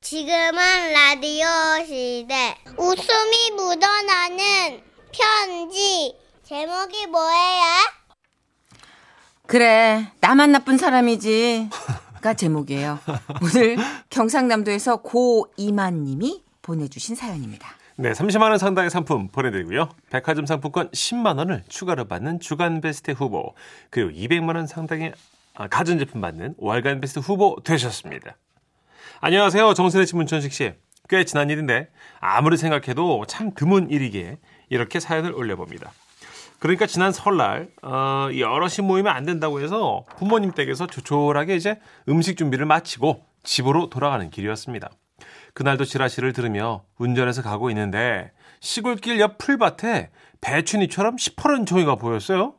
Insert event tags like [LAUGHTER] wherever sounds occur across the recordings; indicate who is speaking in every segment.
Speaker 1: 지금은 라디오 시대. 웃음이 묻어나는 편지. 제목이 뭐예요?
Speaker 2: 그래 나만 나쁜 사람이지 가 제목이에요 오늘 경상남도에서 고이만님이 보내주신 사연입니다
Speaker 3: 네, 30만 원 상당의 상품 보내드리고요. 백화점 상품권 10만 원을 추가로 받는 주간 베스트 후보 그리고 200만 원 상당의 아, 가전제품 받는 월간 베스트 후보 되셨습니다. 안녕하세요, 정선혜 씨, 문천식 씨. 꽤 지난 일인데 아무리 생각해도 참 드문 일이기에 이렇게 사연을 올려봅니다. 그러니까 지난 설날 어, 여럿이 모이면 안 된다고 해서 부모님 댁에서 조촐하게 이제 음식 준비를 마치고 집으로 돌아가는 길이었습니다. 그날도 지라시를 들으며 운전해서 가고 있는데 시골길 옆 풀밭에 배추잎처럼 시퍼런 종이가 보였어요.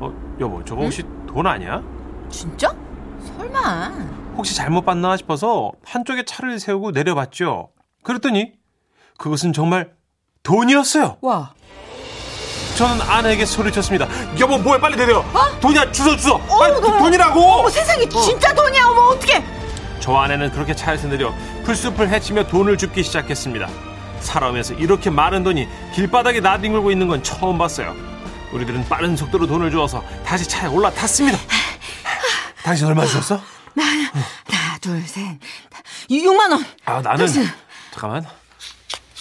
Speaker 3: 어, 여보, 저거 혹시 돈 아니야?
Speaker 2: 진짜? 설마
Speaker 3: 혹시 잘못 봤나 싶어서 한쪽에 차를 세우고 내려봤죠. 그랬더니 그것은 정말 돈이었어요.
Speaker 2: 와
Speaker 3: 저는 아내에게 소리쳤습니다. 여보 뭐해 빨리 내려. 돈이야 주워 주워. 빨리
Speaker 2: 어머.
Speaker 3: 돈이라고.
Speaker 2: 어머 세상에 진짜 돈이야 어머 어떡해
Speaker 3: 저 아내는 그렇게 차에서 내려 풀숲을 헤치며 돈을 줍기 시작했습니다. 사람에서 이렇게 많은 돈이 길바닥에 나뒹굴고 있는 건 처음 봤어요. 우리들은 빠른 속도로 돈을 주어서 다시 차에 올라탔습니다. 당신 얼마 주었어?
Speaker 2: 하나 둘셋 6만 원
Speaker 3: 아 나는
Speaker 2: 당신.
Speaker 3: 잠깐만.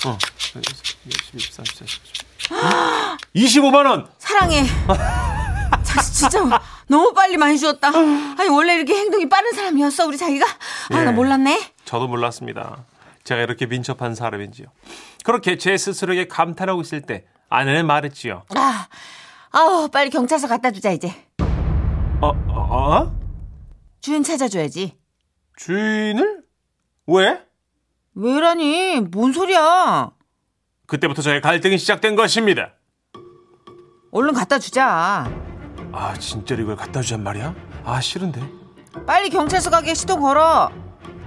Speaker 3: 어. 24, 25만 원.
Speaker 2: 사랑해 자, 진짜 너무 빨리 많이 주었다 아니 원래 이렇게 행동이 빠른 사람이었어 우리 자기가 아 나
Speaker 3: 예.
Speaker 2: 몰랐네
Speaker 3: 저도 몰랐습니다. 제가 이렇게 민첩한 사람인지요. 그렇게 제 스스로에게 감탄하고 있을 때 아내는 말했지요.
Speaker 2: 아 아우 빨리 경찰서 갖다 주자 이제
Speaker 3: 어, 어, 어?
Speaker 2: 주인 찾아줘야지
Speaker 3: 주인을? 왜?
Speaker 2: 왜라니 뭔 소리야
Speaker 3: 그때부터 저의 갈등이 시작된 것입니다.
Speaker 2: 얼른 갖다 주자.
Speaker 3: 아, 진짜로 이걸 갖다 주잔 말이야? 아, 싫은데.
Speaker 2: 빨리 경찰서 가게 시동 걸어.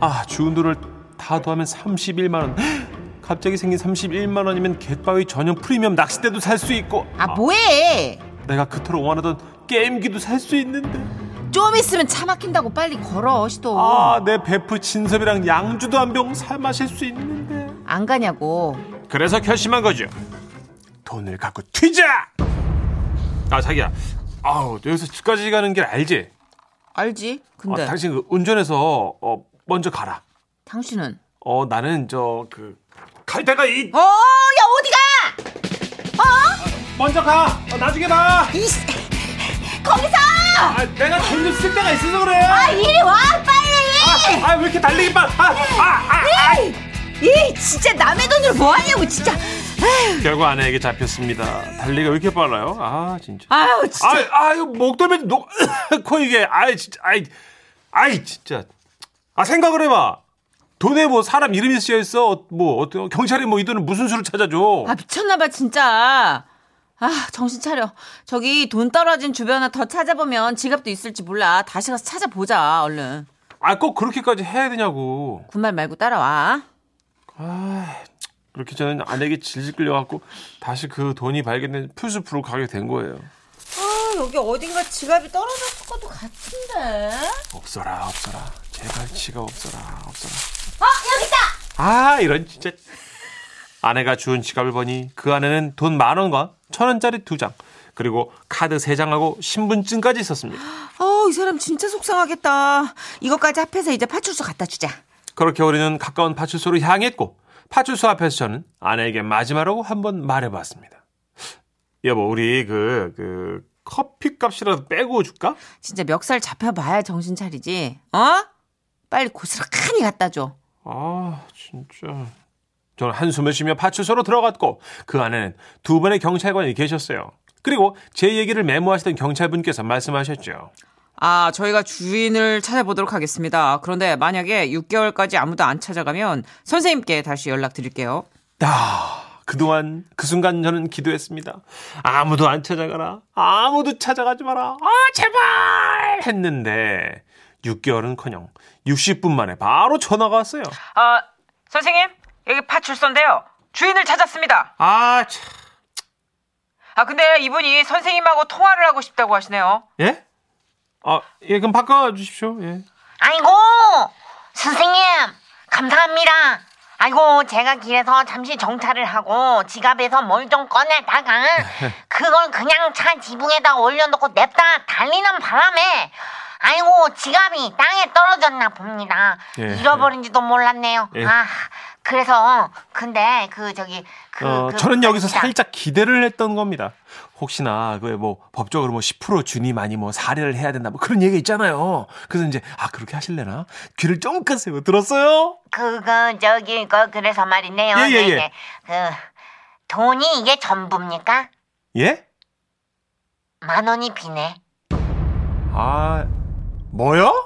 Speaker 3: 아, 주운 돈을 다 더하면 31만 원. [GASPS] 갑자기 생긴 31만 원이면 갯바위 전용 프리미엄 낚싯대도 살 수 있고
Speaker 2: 아, 뭐해?
Speaker 3: 내가 그토록 원하던 게임기도 살 수 있는데
Speaker 2: 좀 있으면 차 막힌다고 빨리 걸어, 시동.
Speaker 3: 아, 내 베프 진섭이랑 양주도 한 병 사 마실 수 있는데
Speaker 2: 안 가냐고.
Speaker 3: 그래서 결심한 거죠. 돈을 갖고 튀자! 아, 자기야. 아우, 여기서 집까지 가는 길 알지?
Speaker 2: 알지? 근데
Speaker 3: 어, 당신 그 운전해서 어, 먼저 가라.
Speaker 2: 당신... 은
Speaker 3: 어 나는 저 그 갈 때가 이
Speaker 2: 어, 야, 어디 가?
Speaker 3: 먼저 가. 어, 나중에 봐.
Speaker 2: 이씨. 거기서!
Speaker 3: 아 내가 돈좀 쓸 때가 있어서 그래.
Speaker 2: 아, 이리 와, 빨리!
Speaker 3: 아 왜 이렇게 달리기 빨? 아, 아, 아, 아.
Speaker 2: 이 진짜 남의 돈으로 뭐 하냐고, 진짜. 에휴,
Speaker 3: 결국 아내에게 잡혔습니다. 달리기가 왜 이렇게 빨라요? 아 진짜.
Speaker 2: 아유, 진짜.
Speaker 3: 아, 아유 목덜미 [LAUGHS] 놓고 이게 아이 진짜 아이 아이 진짜 아 생각을 해봐 돈에 뭐 사람 이름이 쓰여 있어 어, 뭐 어떤 경찰이 뭐 이 돈을 무슨 수로 찾아줘
Speaker 2: 아, 미쳤나봐, 진짜. 아, 정신 차려. 저기 돈 떨어진 주변을 더 찾아보면 지갑도 있을지 몰라. 다시 가서 찾아보자, 얼른.
Speaker 3: 아 꼭 그렇게까지 해야 되냐고
Speaker 2: 군말 말고 따라와.
Speaker 3: 아, 그렇게 저는 아내에게 질질 끌려갖고 다시 그 돈이 발견된 풀숲으로 가게 된 거예요.
Speaker 2: 아, 여기 어딘가 지갑이 떨어졌을 것도 같은데.
Speaker 3: 없어라, 없어라. 제발 지가 없어라, 없어라.
Speaker 1: 어, 여기 있다!
Speaker 3: 아, 이런 진짜. 아내가 주운 지갑을 보니 그 안에는 돈 만 원과 천 원짜리 두 장, 그리고 카드 세 장하고 신분증까지 있었습니다.
Speaker 2: 어, 이 사람 진짜 속상하겠다. 이것까지 합해서 이제 파출소 갖다 주자.
Speaker 3: 그렇게 우리는 가까운 파출소로 향했고 파출소 앞에서 저는 아내에게 마지막으로 한번 말해봤습니다. 여보, 우리 그 그 커피 값이라도 빼고 줄까?
Speaker 2: 진짜 멱살 잡혀봐야 정신 차리지. 어? 빨리 고스란히 갖다 줘.
Speaker 3: 아 진짜 저는 한숨을 쉬며 파출소로 들어갔고 그 안에는 두 분의 경찰관이 계셨어요 그리고 제 얘기를 메모하시던 경찰분께서 말씀하셨죠
Speaker 2: 아, 저희가 주인을 찾아보도록 하겠습니다. 그런데 만약에 6개월까지 아무도 안 찾아가면 선생님께 다시 연락드릴게요.
Speaker 3: 아 그동안 그 순간 저는 기도했습니다 아무도 안 찾아가라 아무도 찾아가지 마라 아 제발 했는데 6개월은커녕 60분 만에 바로 전화가 왔어요
Speaker 2: 아, 선생님, 여기 파출소인데요. 주인을 찾았습니다.
Speaker 3: 아참
Speaker 2: 아, 근데 이분이 선생님하고 통화를 하고 싶다고 하시네요.
Speaker 3: 예? 아, 예, 그럼 바꿔주십시오. 예.
Speaker 2: 아이고
Speaker 4: 선생님, 감사합니다. 아이고, 제가 길에서 잠시 정차를 하고 지갑에서 뭘
Speaker 3: [LAUGHS]
Speaker 4: 좀 꺼내다가 그걸 그냥 차 지붕에다 올려놓고 냅다 달리는 바람에 아이고, 지갑이 땅에 떨어졌나 봅니다.
Speaker 3: 예.
Speaker 4: 잃어버린지도 몰랐네요.
Speaker 3: 예.
Speaker 4: 아, 그래서 근데 그 저기 그,
Speaker 3: 어,
Speaker 4: 그
Speaker 3: 저는 여기서
Speaker 4: 진짜
Speaker 3: 살짝 기대를 했던 겁니다. 혹시나 그 뭐 법적으로 뭐 10% 준이 많이 뭐 사례를 해야 된다 뭐 그런 얘기 있잖아요. 그래서 이제 아 그렇게 하실래나 귀를 쫑긋 세고 들었어요.
Speaker 4: 그, 그, 저기, 그, 그래서 말이네요.
Speaker 3: 예, 예,
Speaker 4: 네, 네. 그, 돈이 이게 전부입니까?
Speaker 3: 예?
Speaker 4: 만 원이 비네.
Speaker 3: 아 뭐요?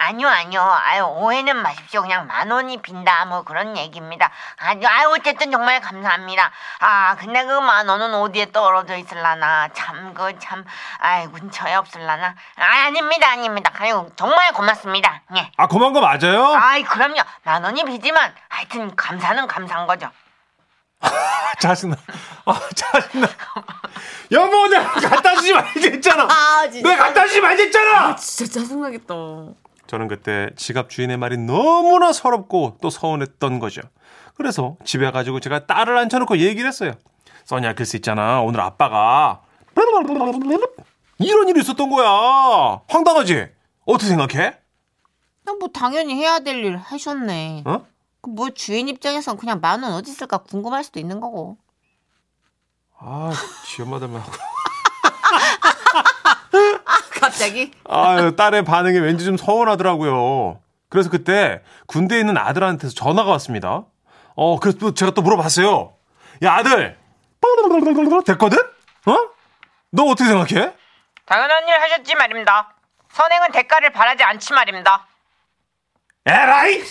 Speaker 4: 아니요, 아니요. 아유, 오해는 마십시오. 그냥 만 원이 빈다. 뭐 그런 얘기입니다. 아니, 아유, 어쨌든 정말 감사합니다. 아, 근데 그 만 원은 어디에 떨어져 있을라나. 참, 그, 참, 아이, 근처에 없을라나. 아, 아닙니다, 아닙니다. 아유, 정말 고맙습니다. 예.
Speaker 3: 아 고만 거 맞아요?
Speaker 4: 아이, 그럼요. 만 원이 비지만, 하여튼, 감사는 감사한 거죠.
Speaker 3: 짜증나. 아 짜증나. 여보 내가 갖다 주지 말랬잖아.
Speaker 2: 아, 진짜.
Speaker 3: 내가 갖다 주지 말랬잖아.
Speaker 2: 진짜 짜증나겠다.
Speaker 3: 저는 그때 지갑 주인의 말이 너무나 서럽고 또 서운했던 거죠. 그래서 집에 가지고 제가 딸을 앉혀놓고 얘기를 했어요. 써니야 글쎄 있잖아 오늘 아빠가 이런 일이 있었던 거야. 황당하지? 어떻게 생각해?
Speaker 2: 그냥 뭐 당연히 해야 될 일 하셨네.
Speaker 3: 어?
Speaker 2: 그 뭐 주인 입장에선 그냥 만 원 어디 있을까 궁금할 수도 있는 거고.
Speaker 3: 아, 지 엄마 닮아고.
Speaker 2: 갑자기?
Speaker 3: 아유, 딸의 반응이 왠지 좀 서운하더라고요. 그래서 그때 군대에 있는 아들한테서 전화가 왔습니다. 어, 그래서 또 제가 또 물어봤어요. 야, 아들! 됐거든? 어? 너 어떻게 생각해?
Speaker 4: 당연한 일 하셨지 말입니다. 선행은 대가를 바라지 않지 말입니다.
Speaker 3: 에라이!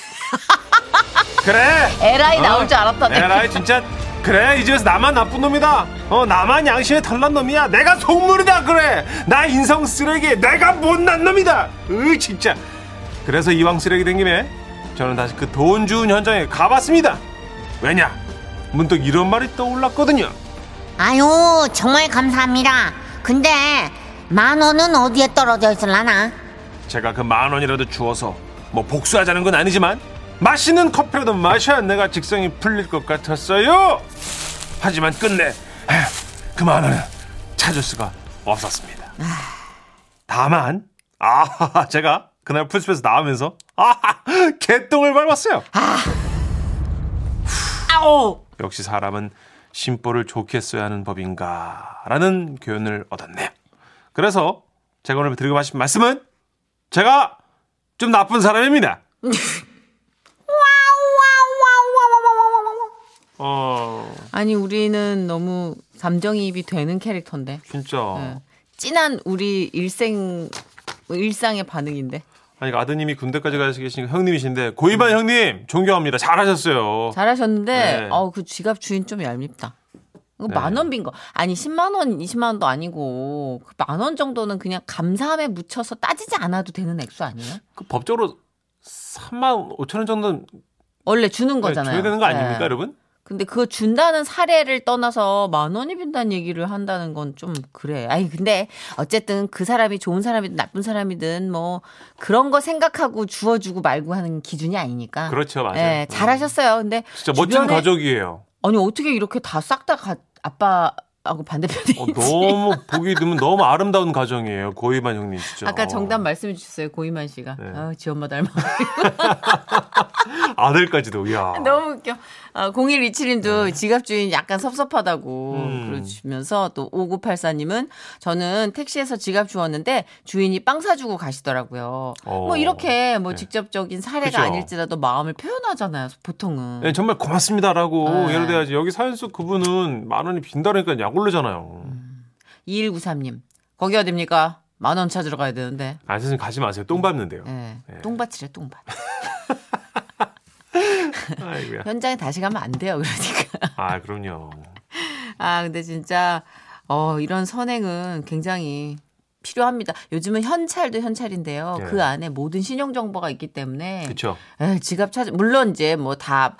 Speaker 3: 그래!
Speaker 2: 에라이 나올 줄 알았다네.
Speaker 3: 에라이, 진짜. 그래, 이 집에서 나만 나쁜 놈이다. 어, 나만 양심에 덜난 놈이야. 내가 속물이다, 그래. 나 인성 쓰레기, 내가 못난 놈이다. 으, 진짜. 그래서 이왕 쓰레기 된 김에 저는 다시 그 돈 주운 현장에 가봤습니다. 왜냐? 문득 이런 말이 떠올랐거든요.
Speaker 4: 아유, 정말 감사합니다. 근데, 만 원은 어디에 떨어져 있을라나?
Speaker 3: 제가 그 만 원이라도 주어서 뭐 복수하자는 건 아니지만 맛있는 커피라도 마셔야 내가 직성이 풀릴 것 같았어요. 하지만 끝내 그 만 원은 찾을 수가 없었습니다. 다만 아 [LAUGHS] 제가 그날 풀숲에서 나오면서 아 [LAUGHS] 개똥을 밟았어요.
Speaker 2: 아. 아오!
Speaker 3: 역시 사람은 심보를 좋게 써야 하는 법인가라는 교훈을 얻었네요. 그래서 제가 오늘 드리고 마신 말씀은 제가 좀 나쁜 사람입니다. 어,
Speaker 2: 아니 우리는 너무 감정이입이 되는 캐릭터인데
Speaker 3: 진짜.
Speaker 2: 예. 진한 우리 일생 일상의 반응인데
Speaker 3: 아니, 아드님이 군대까지 가서 계시니까 형님이신데, 고이반
Speaker 2: 음.
Speaker 3: 형님, 존경합니다. 잘하셨어요.
Speaker 2: 잘하셨는데
Speaker 3: 네.
Speaker 2: 어그 지갑 주인 좀 얄밉다. 이거
Speaker 3: 네.
Speaker 2: 만원 빈 거. 아니 10만 원, 20만 원도 아니고 그 만 원 정도는 그냥 감사함에 묻혀서 따지지 않아도 되는 액수 아니에요?
Speaker 3: 그 법적으로 3만 5천 원 정도는
Speaker 2: 원래 주는 거잖아요.
Speaker 3: 네, 줘야 되는 거 아닙니까,
Speaker 2: 네.
Speaker 3: 여러분?
Speaker 2: 근데 그거 준다는 사례를 떠나서 만 원이 빈다는 얘기를 한다는 건 좀 그래. 아니 근데 어쨌든 그 사람이 좋은 사람이든 나쁜 사람이든 뭐 그런 거 생각하고 주워주고 말고 하는 기준이 아니니까.
Speaker 3: 그렇죠, 맞아요.
Speaker 2: 예, 잘하셨어요. 근데
Speaker 3: 진짜 멋진
Speaker 2: 주변에-
Speaker 3: 가족이에요.
Speaker 2: 아니 어떻게 이렇게 다 싹 다 아빠하고 반대편에
Speaker 3: 어,
Speaker 2: 있지?
Speaker 3: 너무 보기 드문 너무 아름다운 가정이에요. 고이반 형님 진짜.
Speaker 2: 아까 정답 말씀해 주셨어요 고이만 씨가.
Speaker 3: 네.
Speaker 2: 아, 지 엄마 닮아. [LAUGHS]
Speaker 3: 아들까지도 야.
Speaker 2: 너무 웃겨. 아, 0127님도
Speaker 3: 네.
Speaker 2: 지갑 주인 약간 섭섭하다고
Speaker 3: 음.
Speaker 2: 그러시면서 또 5984님은 저는 택시에서 지갑 주웠는데 주인이 빵 사주고 가시더라고요.
Speaker 3: 어.
Speaker 2: 뭐 이렇게 뭐
Speaker 3: 네.
Speaker 2: 직접적인 사례가
Speaker 3: 그죠.
Speaker 2: 아닐지라도 마음을 표현하잖아요. 보통은.
Speaker 3: 예, 정말 고맙습니다라고
Speaker 2: 네.
Speaker 3: 예를 들어야지 여기 사연 속 그분은 만 원이 빈다니까 약올르잖아요.
Speaker 2: 2193님 거기 어딥니까? 만 원 찾으러 가야 되는데.
Speaker 3: 아 선생님 가지 마세요. 똥 밟는데요.
Speaker 2: 예.
Speaker 3: 네.
Speaker 2: 똥밭이래 똥밭.
Speaker 3: 아이고야.
Speaker 2: 현장에 다시 가면 안 돼요. 그러니까.
Speaker 3: 아 그럼요.
Speaker 2: 아, 근데 진짜, 어, 이런 선행은 굉장히 필요합니다. 요즘은 현찰도 현찰인데요.
Speaker 3: 예.
Speaker 2: 그 안에 모든 신용정보가 있기 때문에.
Speaker 3: 그렇죠.
Speaker 2: 에, 지갑 찾아, 물론 이제 뭐 다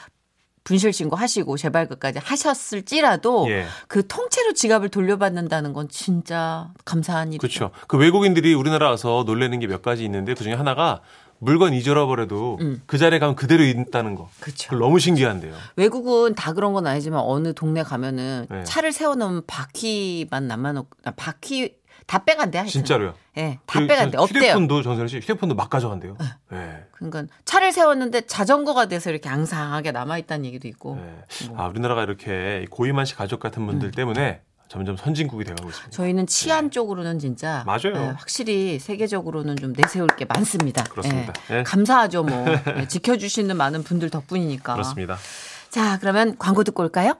Speaker 2: 분실 신고하시고 재발급까지 하셨을지라도
Speaker 3: 예.
Speaker 2: 그 통째로 지갑을 돌려받는다는 건 진짜 감사한 일이죠.
Speaker 3: 그렇죠. 그 외국인들이 우리나라 와서 놀래는 게 몇 가지 있는데 그 중에 하나가 물건 잊어버려도 그 자리에 가면 그대로 있다는 거.
Speaker 2: 음. 그쵸.
Speaker 3: 그거 너무 신기한데요.
Speaker 2: 외국은 다 그런 건 아니지만 어느 동네 가면은
Speaker 3: 네.
Speaker 2: 차를 세워놓으면 바퀴만 남아놓고 아, 바퀴 다 빼간대. 하여튼.
Speaker 3: 진짜로요.
Speaker 2: 예, 다
Speaker 3: 그
Speaker 2: 빼간대.
Speaker 3: 전-
Speaker 2: 없대요.
Speaker 3: 휴대폰도 전선희 씨 휴대폰도 막 가져간대요. 네.
Speaker 2: 그러니까 차를 세웠는데 자전거가 돼서 이렇게 앙상하게 남아있다는 얘기도 있고.
Speaker 3: 네.
Speaker 2: 뭐.
Speaker 3: 아, 우리나라가 이렇게 고이만씨 가족 같은 분들 때문에 점점 선진국이 되어가고 있습니다.
Speaker 2: 저희는 치안 쪽으로는 진짜
Speaker 3: 네. 맞아요.
Speaker 2: 예, 확실히 세계적으로는 좀 내세울 게 많습니다.
Speaker 3: 그렇습니다.
Speaker 2: 예,
Speaker 3: 예.
Speaker 2: 감사하죠,
Speaker 3: [LAUGHS]
Speaker 2: 뭐 예, 지켜주시는 많은 분들 덕분이니까.
Speaker 3: 그렇습니다.
Speaker 2: 자, 그러면 광고 듣고 올까요?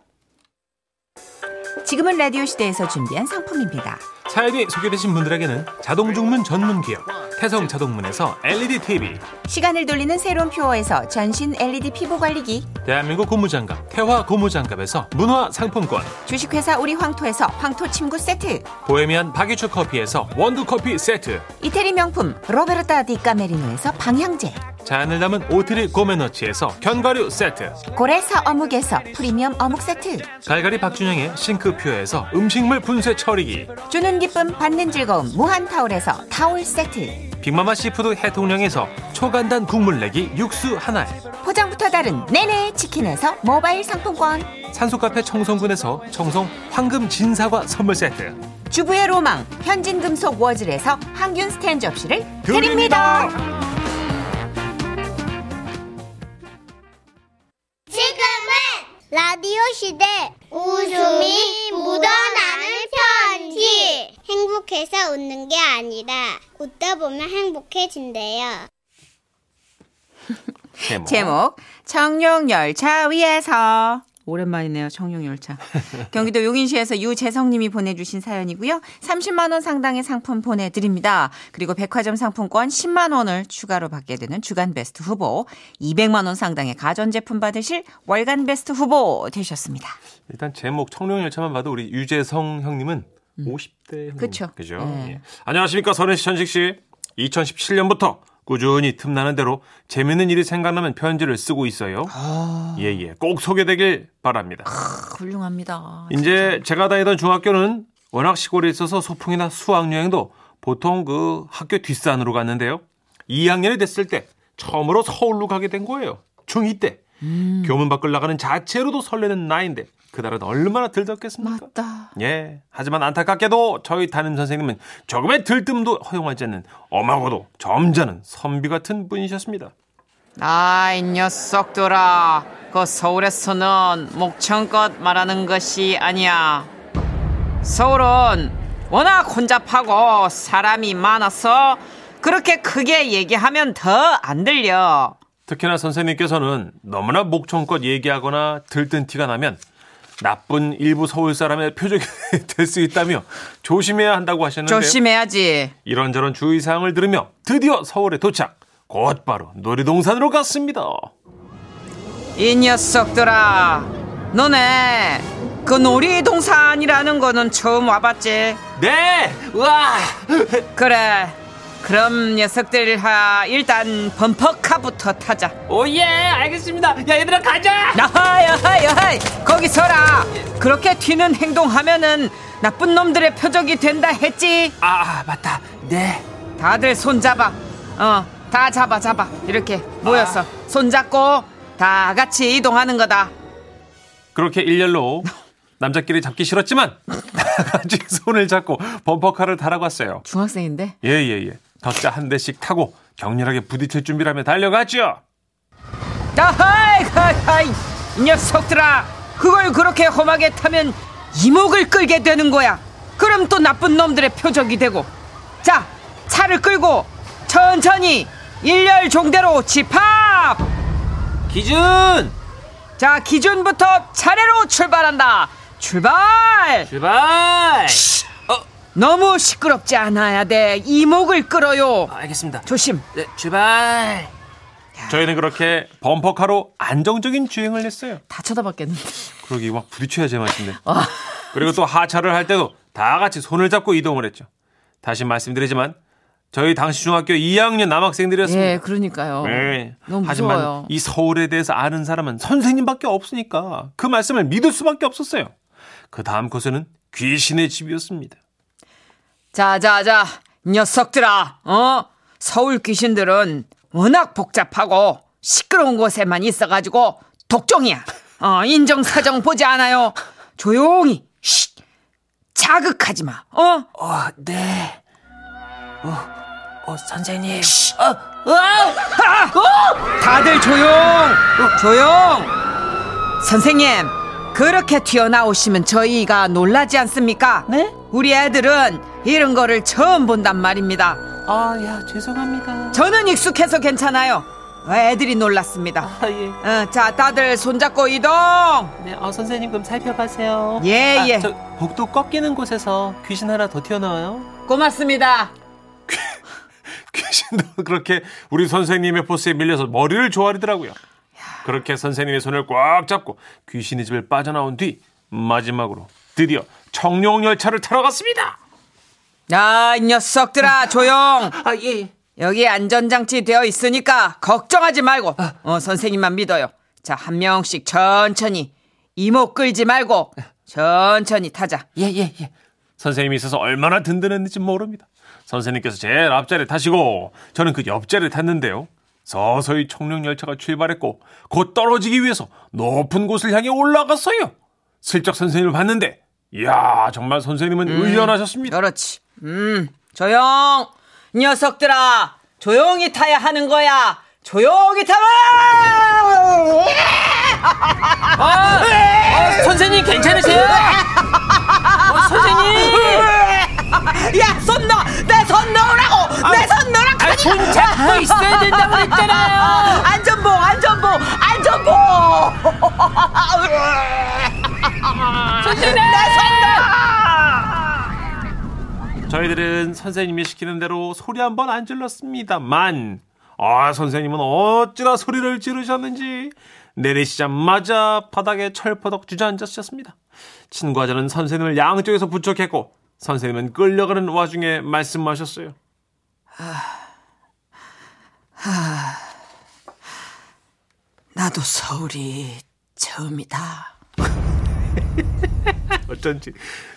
Speaker 5: 지금은 라디오 시대에서 준비한 상품입니다.
Speaker 3: 사연이 소개되신 분들에게는 자동 중문 전문 기업 태성 자동문에서 LED TV,
Speaker 5: 시간을 돌리는 새로운 퓨어에서 전신 LED 피부 관리기,
Speaker 3: 대한민국 고무장갑 태화 고무장갑에서 문화 상품권,
Speaker 5: 주식회사 우리 황토에서 황토 침구 세트,
Speaker 3: 보헤미안 박유초 커피에서 원두 커피 세트,
Speaker 5: 이태리 명품 로베르타 디카메리노에서 방향제,
Speaker 3: 자연을 담은 오트리 고메너치에서 견과류 세트,
Speaker 5: 고래사 어묵에서 프리미엄 어묵 세트,
Speaker 3: 갈갈이 박준영의 싱크퓨어에서 음식물 분쇄 처리기,
Speaker 5: 주는 기쁨 받는 즐거움 무한 타올에서 타올 세트,
Speaker 3: 빅마마 시푸드 해통령에서 초간단 국물 내기 육수 하나,
Speaker 5: 포장부터 다른 내내 치킨에서 모바일 상품권,
Speaker 3: 산소카페 청송군에서 청송 황금 진사과 선물 세트.
Speaker 5: 주부의 로망 현진금속 워즐에서 항균 스탠 접시를 드립니다.
Speaker 1: 지금은 라디오 시대 웃음이 묻어나는 편지 행복해서 웃는 게 아니라 웃다 보면 행복해진대요
Speaker 5: 제목 청룡열차 위에서 오랜만이네요 청룡열차 [LAUGHS] 경기도 용인시에서 유재성님이 보내주신 사연이고요 30만 원 상당의 상품 보내드립니다 그리고 백화점 상품권 10만 원을 추가로 받게 되는 주간 베스트 후보 200만 원 상당의 가전제품 받으실 월간 베스트 후보 되셨습니다
Speaker 3: 일단 제목 청룡열차만 봐도 우리 유재성 형님은 50대 형님.
Speaker 5: 음. 그쵸. 네.
Speaker 3: 그죠? 예. 안녕하십니까 선혜 씨, 천식 씨. 2017년부터 꾸준히 틈나는 대로 재밌는 일이 생각나면 편지를 쓰고 있어요.
Speaker 5: 아.
Speaker 3: 예예, 꼭 소개되길 바랍니다.
Speaker 2: 훌륭합니다.
Speaker 3: 이제 제가 다니던 중학교는 워낙 시골에 있어서 소풍이나 수학여행도 보통 그 학교 뒷산으로 갔는데요. 2학년이 됐을 때 처음으로 서울로 가게 된 거예요. 중2 때. 교문 밖을 나가는 자체로도 설레는 나이인데 그날은 얼마나 들떴겠습니까?
Speaker 2: 맞다.
Speaker 3: 예. 하지만 안타깝게도 저희 담임 선생님은 조금의 들뜸도 허용하지 않는 엄하고도 점잖은 선비 같은 분이셨습니다.
Speaker 6: 아이 녀석들아 그 서울에서는 목청껏 말하는 것이 아니야 서울은 워낙 혼잡하고 사람이 많아서 그렇게 크게 얘기하면 더 안 들려
Speaker 3: 특히나 선생님께서는 너무나 목청껏 얘기하거나 들뜬 티가 나면 나쁜 일부 서울 사람의 표적이 [LAUGHS] 될 수 있다며 조심해야 한다고 하셨는데요.
Speaker 6: 조심해야지
Speaker 3: 이런저런 주의사항을 들으며 드디어 서울에 도착. 곧바로 놀이동산으로 갔습니다.
Speaker 6: 이 녀석들아 너네 그 놀이동산이라는 거는 처음 와봤지
Speaker 3: 네! 와!
Speaker 6: 그래 그럼 녀석들 하 일단 범퍼카부터 타자
Speaker 7: 오예 알겠습니다 야 얘들아 가자
Speaker 6: 야하이 야하이 야하이 거기 서라 그렇게 튀는 행동하면은 나쁜 놈들의 표적이 된다 했지
Speaker 7: 아 맞다 네
Speaker 6: 다들 손잡아 어 다 잡아 잡아 이렇게 모여서
Speaker 7: 아.
Speaker 6: 손잡고 다 같이 이동하는 거다
Speaker 3: 그렇게 일렬로 남자끼리 잡기 싫었지만 같이 손을 잡고 범퍼카를 타러 갔어요.
Speaker 2: 중학생인데
Speaker 3: 예, 예, 예. 덕자 한 대씩 타고 격렬하게 부딪힐 준비를 하며 달려갔죠.
Speaker 6: 야하이 하이 이 녀석들아 그걸 그렇게 험하게 타면 이목을 끌게 되는 거야 그럼 또 나쁜 놈들의 표적이 되고 자 차를 끌고 천천히 일렬 종대로 집합
Speaker 7: 기준
Speaker 6: 자 기준부터 차례로 출발한다 출발
Speaker 7: 출발
Speaker 6: 너무 시끄럽지 않아야 돼 이목을 끌어요
Speaker 7: 알겠습니다
Speaker 6: 조심
Speaker 7: 네, 출발
Speaker 3: 저희는 그렇게 범퍼카로 안정적인 주행을 했어요.
Speaker 2: 다 쳐다봤겠는데.
Speaker 3: 그러게 막 부딪혀야 제맛인데.
Speaker 2: 아.
Speaker 3: 그리고 또 하차를 할 때도 다 같이 손을 잡고 이동을 했죠. 다시 말씀드리지만 저희 당시 중학교 2학년 남학생들이었습니다.
Speaker 2: 예, 그러니까요.
Speaker 3: 네.
Speaker 2: 너무
Speaker 3: 하지만
Speaker 2: 무서워요.
Speaker 3: 이 서울에 대해서 아는 사람은 선생님밖에 없으니까 그 말씀을 믿을 수밖에 없었어요. 그 다음 곳에는 귀신의 집이었습니다.
Speaker 6: 자자자 녀석들아 어 서울 귀신들은 워낙 복잡하고 시끄러운 곳에만 있어가지고 독종이야. 어, 인정 사정 보지 않아요. 조용히 쉿 자극하지 마. 어?
Speaker 7: 어, 네. 어, 어 선생님.
Speaker 6: 아! 어? 다들 조용!
Speaker 7: 어.
Speaker 6: 조용! 선생님, 그렇게 튀어나오시면 저희가 놀라지 않습니까?
Speaker 7: 네?
Speaker 6: 우리 애들은 이런 거를 처음 본단 말입니다.
Speaker 7: 아, 야, 죄송합니다.
Speaker 6: 저는 익숙해서 괜찮아요. 애들이 놀랐습니다.
Speaker 7: 아, 예.
Speaker 6: 어, 자, 다들 손잡고 이동!
Speaker 7: 네, 어, 선생님 그럼 살펴봐세요.
Speaker 6: 예,
Speaker 7: 아,
Speaker 6: 예.
Speaker 7: 저 복도 꺾이는 곳에서 귀신 하나 더 튀어나와요.
Speaker 6: 고맙습니다.
Speaker 3: 귀신도 [LAUGHS] 그렇게 우리 선생님의 포스에 밀려서 머리를 조아리더라고요. 그렇게 선생님의 손을 꽉 잡고 귀신의 집을 빠져나온 뒤 마지막으로 드디어 청룡 열차를 타러 갔습니다.
Speaker 6: 야, 이 녀석들아, 조용!
Speaker 7: 아, 예. 예.
Speaker 6: 여기 안전장치 되어 있으니까 걱정하지 말고
Speaker 7: 아.
Speaker 6: 어, 선생님만 믿어요. 자, 한 명씩 천천히 이목 끌지 말고 천천히 타자.
Speaker 7: 예, 예, 예.
Speaker 3: 선생님이 있어서 얼마나 든든했는지 모릅니다. 선생님께서 제일 앞자리에 타시고 저는 그 옆자리에 탔는데요. 서서히 청룡 열차가 출발했고 곧 떨어지기 위해서 높은 곳을 향해 올라갔어요. 슬쩍 선생님을 봤는데 이야 정말 선생님은 의연하셨습니다.
Speaker 6: 그렇지. 음, 조용. 이 녀석들아, 조용히 타야 하는 거야. 조용히 타라! 어,
Speaker 7: 아, 선생님 괜찮으세요? 어, [LAUGHS] 선생님.
Speaker 6: 야, 손 넣어! 내 손 넣으라고! 내 손 넣으라고!
Speaker 7: 아, 손 잡고 있어야 된다고 했잖아요.
Speaker 6: 안전보, 안전보, 안전보!
Speaker 3: 저희들은 선생님이 시키는 대로 소리 한 번 안 질렀습니다만 아 선생님은 어찌나 소리를 지르셨는지 내리시자마자 바닥에 철퍼덕 주저앉으셨습니다. 친구와 저는 선생님을 양쪽에서 부축했고 선생님은 끌려가는 와중에 말씀하셨어요.
Speaker 6: 나도 서울이 처음이다.
Speaker 3: 어쩐지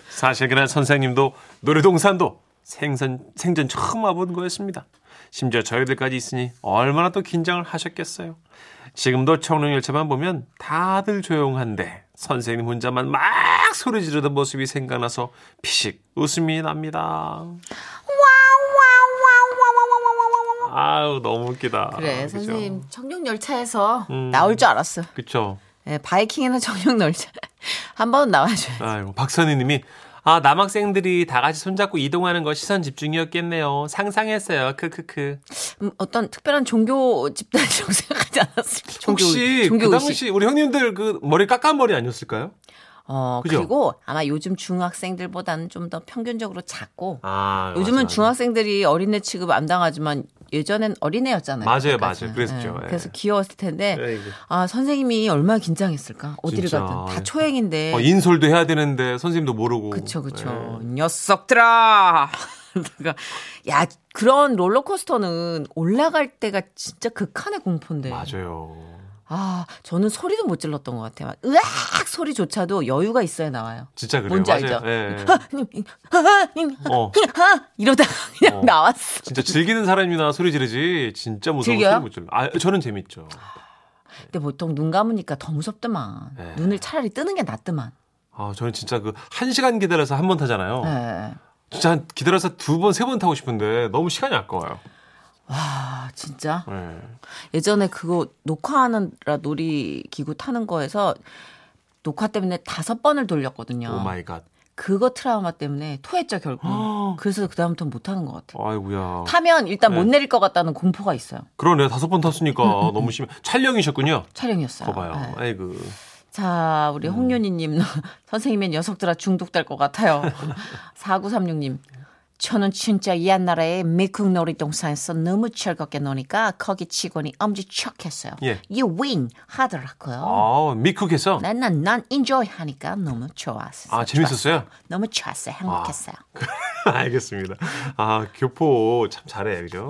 Speaker 3: 사실 그날 선생님도 노래동산도 생선, 생전 처음 와본 거였습니다. 심지어 저희들까지 있으니 얼마나 또 긴장을 하셨겠어요. 지금도 청룡열차만 보면 다들 조용한데 선생님 혼자만 막 소리 지르던 모습이 생각나서 피식 웃음이 납니다. 아우 너무 웃기다.
Speaker 2: 그래,
Speaker 3: 그죠? 음.
Speaker 2: 선생님. 청룡열차에서 나올 줄 알았어.
Speaker 3: 그쵸.
Speaker 2: 예, 바이킹이나 청룡열차. [LAUGHS] 한 번 나와줘야 돼.
Speaker 3: 아이고, 박선희님이 아 남학생들이 다 같이 손잡고 이동하는 거 시선 집중이었겠네요. 상상했어요. 크크크.
Speaker 2: 음, 어떤 특별한 종교 집단이라고 [LAUGHS] 생각하지 않았을까? 종교,
Speaker 3: 혹시 그
Speaker 2: 종교의식.
Speaker 3: 당시 우리 형님들 그 머리 깎아 머리 아니었을까요?
Speaker 2: 어,
Speaker 3: 그죠?
Speaker 2: 그리고 아마 요즘 중학생들보다는 좀 더 평균적으로 작고
Speaker 3: 아
Speaker 2: 요즘은
Speaker 3: 맞아요.
Speaker 2: 중학생들이 어린애 취급 안 당하지만 예전엔 어린애였잖아요.
Speaker 3: 맞아요,
Speaker 2: 그때까지는.
Speaker 3: 맞아요. 그랬죠.
Speaker 2: 예,
Speaker 3: 예.
Speaker 2: 그래서 귀여웠을 텐데
Speaker 3: 아이고.
Speaker 2: 아 선생님이 얼마나 긴장했을까. 어디를
Speaker 3: 진짜.
Speaker 2: 가든 다 초행인데.
Speaker 3: 어, 인솔도 해야 되는데 선생님도 모르고. 네.
Speaker 2: 그쵸 그쵸.
Speaker 6: 녀석들아!
Speaker 2: [LAUGHS] 그러니까 야 그런 롤러코스터는 올라갈 때가 진짜 극한의 공포인데.
Speaker 3: 예. 맞아요.
Speaker 2: 아, 저는 소리도 못 질렀던 것 같아요. 막 으악 소리조차도 여유가 있어야 나와요.
Speaker 3: 진짜 그래요.
Speaker 2: 뭔지
Speaker 3: 맞아요.
Speaker 2: 알죠?
Speaker 3: 예,
Speaker 2: [LAUGHS]
Speaker 3: 예.
Speaker 2: 아,
Speaker 3: 어.
Speaker 2: 어. 이러다 그냥
Speaker 3: 어.
Speaker 2: 나왔어.
Speaker 3: 진짜 즐기는 사람이나 소리 지르지 진짜 무서워
Speaker 2: 즐겨요?
Speaker 3: 소리 못 질러. 아 저는 재밌죠.
Speaker 2: 근데 보통 눈 감으니까 더 무섭더만.
Speaker 3: 네.
Speaker 2: 눈을 차라리 뜨는 게 낫더만.
Speaker 3: 아 저는 진짜 그 한 시간 기다려서 한 번 타잖아요.
Speaker 2: 예.
Speaker 3: 진짜 한- 기다려서 두 번 세 번 타고 싶은데 너무 시간이 아까워요.
Speaker 2: 아, 진짜?
Speaker 3: 예.
Speaker 2: 예전에 그거 녹화하느라 놀이기구 타는 거에서 녹화 때문에 다섯 번을 돌렸거든요.
Speaker 3: 오 마이 갓.
Speaker 2: 그거 트라우마 때문에 토했죠, 결국.
Speaker 3: [GASPS]
Speaker 2: 그래서 그다음부터 못 타는 것 같아요.
Speaker 3: 아이고야.
Speaker 2: 타면 일단
Speaker 3: 네.
Speaker 2: 못 내릴 것 같다는 공포가 있어요.
Speaker 3: 그러네 다섯 번 탔으니까 너무 심해. 촬영이셨군요.
Speaker 2: 촬영이었어요.
Speaker 3: 거봐요.
Speaker 2: 예.
Speaker 3: 음. 음, 아이고. 네.
Speaker 2: 자, 우리 홍윤희님, [LAUGHS] 선생님의 녀석들아 중독될 것
Speaker 3: [LAUGHS]
Speaker 2: 같아요. 4936님. 저는 진짜 옛날에 미국 놀이동산에서 너무 즐겁게 노니까 거기 직원이 엄지척 했어요.
Speaker 3: 예.
Speaker 2: You win 하더라고요.
Speaker 3: 아 미쿡에서.
Speaker 2: 난 난 난 enjoy 하니까 너무 좋았어.
Speaker 3: 아 재밌었어요. [LAUGHS] 아,
Speaker 2: 너무 좋았어요. 행복했어요.
Speaker 3: 알겠습니다. 아 교포 참 잘해 그죠?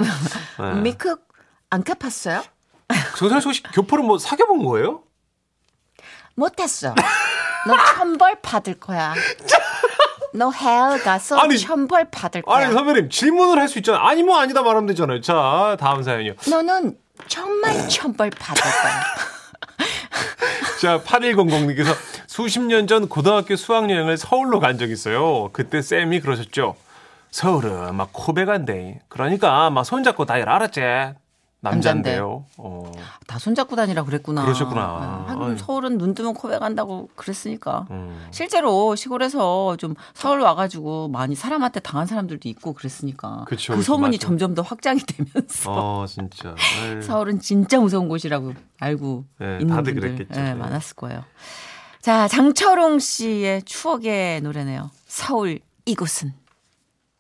Speaker 3: 네.
Speaker 2: 음, 미국 안 갚았어요?
Speaker 3: 그 정선씨 혹시 교포를 뭐 사귀어본 거예요? [LAUGHS]
Speaker 2: 못했어. 너 천벌 받을 거야. 너 헤어 가서
Speaker 3: 아니,
Speaker 2: 천벌 받을 거야.
Speaker 3: 아니 그 선배님 질문을 할 수 있잖아요. 아니면 아니다 말하면 되잖아요. 자 다음 사연이요.
Speaker 2: 너는 정말 천벌 받을
Speaker 3: [LAUGHS]
Speaker 2: 거야.
Speaker 3: 자 8100님께서 수십 년 전 고등학교 수학여행을 서울로 간 적 있어요. 그때 쌤이 그러셨죠. 서울은 막 코베간데 그러니까 막 손잡고 다니라 알았지. 남잔데요. 어.
Speaker 2: 다 손잡고 다니라 그랬구나.
Speaker 3: 그러셨구나.
Speaker 2: 하긴
Speaker 3: 아유.
Speaker 2: 서울은 눈 뜨면 코에 간다고 그랬으니까.
Speaker 3: 음.
Speaker 2: 실제로 시골에서 좀 서울 와가지고 많이 사람한테 당한 사람들도 있고 그랬으니까.
Speaker 3: 그쵸,
Speaker 2: 그
Speaker 3: 그쵸,
Speaker 2: 소문이
Speaker 3: 맞아.
Speaker 2: 점점 더 확장이 되면서.
Speaker 3: 아 진짜. 아유.
Speaker 2: 서울은 진짜 무서운 곳이라고 알고
Speaker 3: 네,
Speaker 2: 있는
Speaker 3: 다들
Speaker 2: 분들
Speaker 3: 그랬겠죠.
Speaker 2: 예,
Speaker 3: 네.
Speaker 2: 많았을 거예요. 자 장철홍 씨의 추억의 노래네요. 서울 이곳은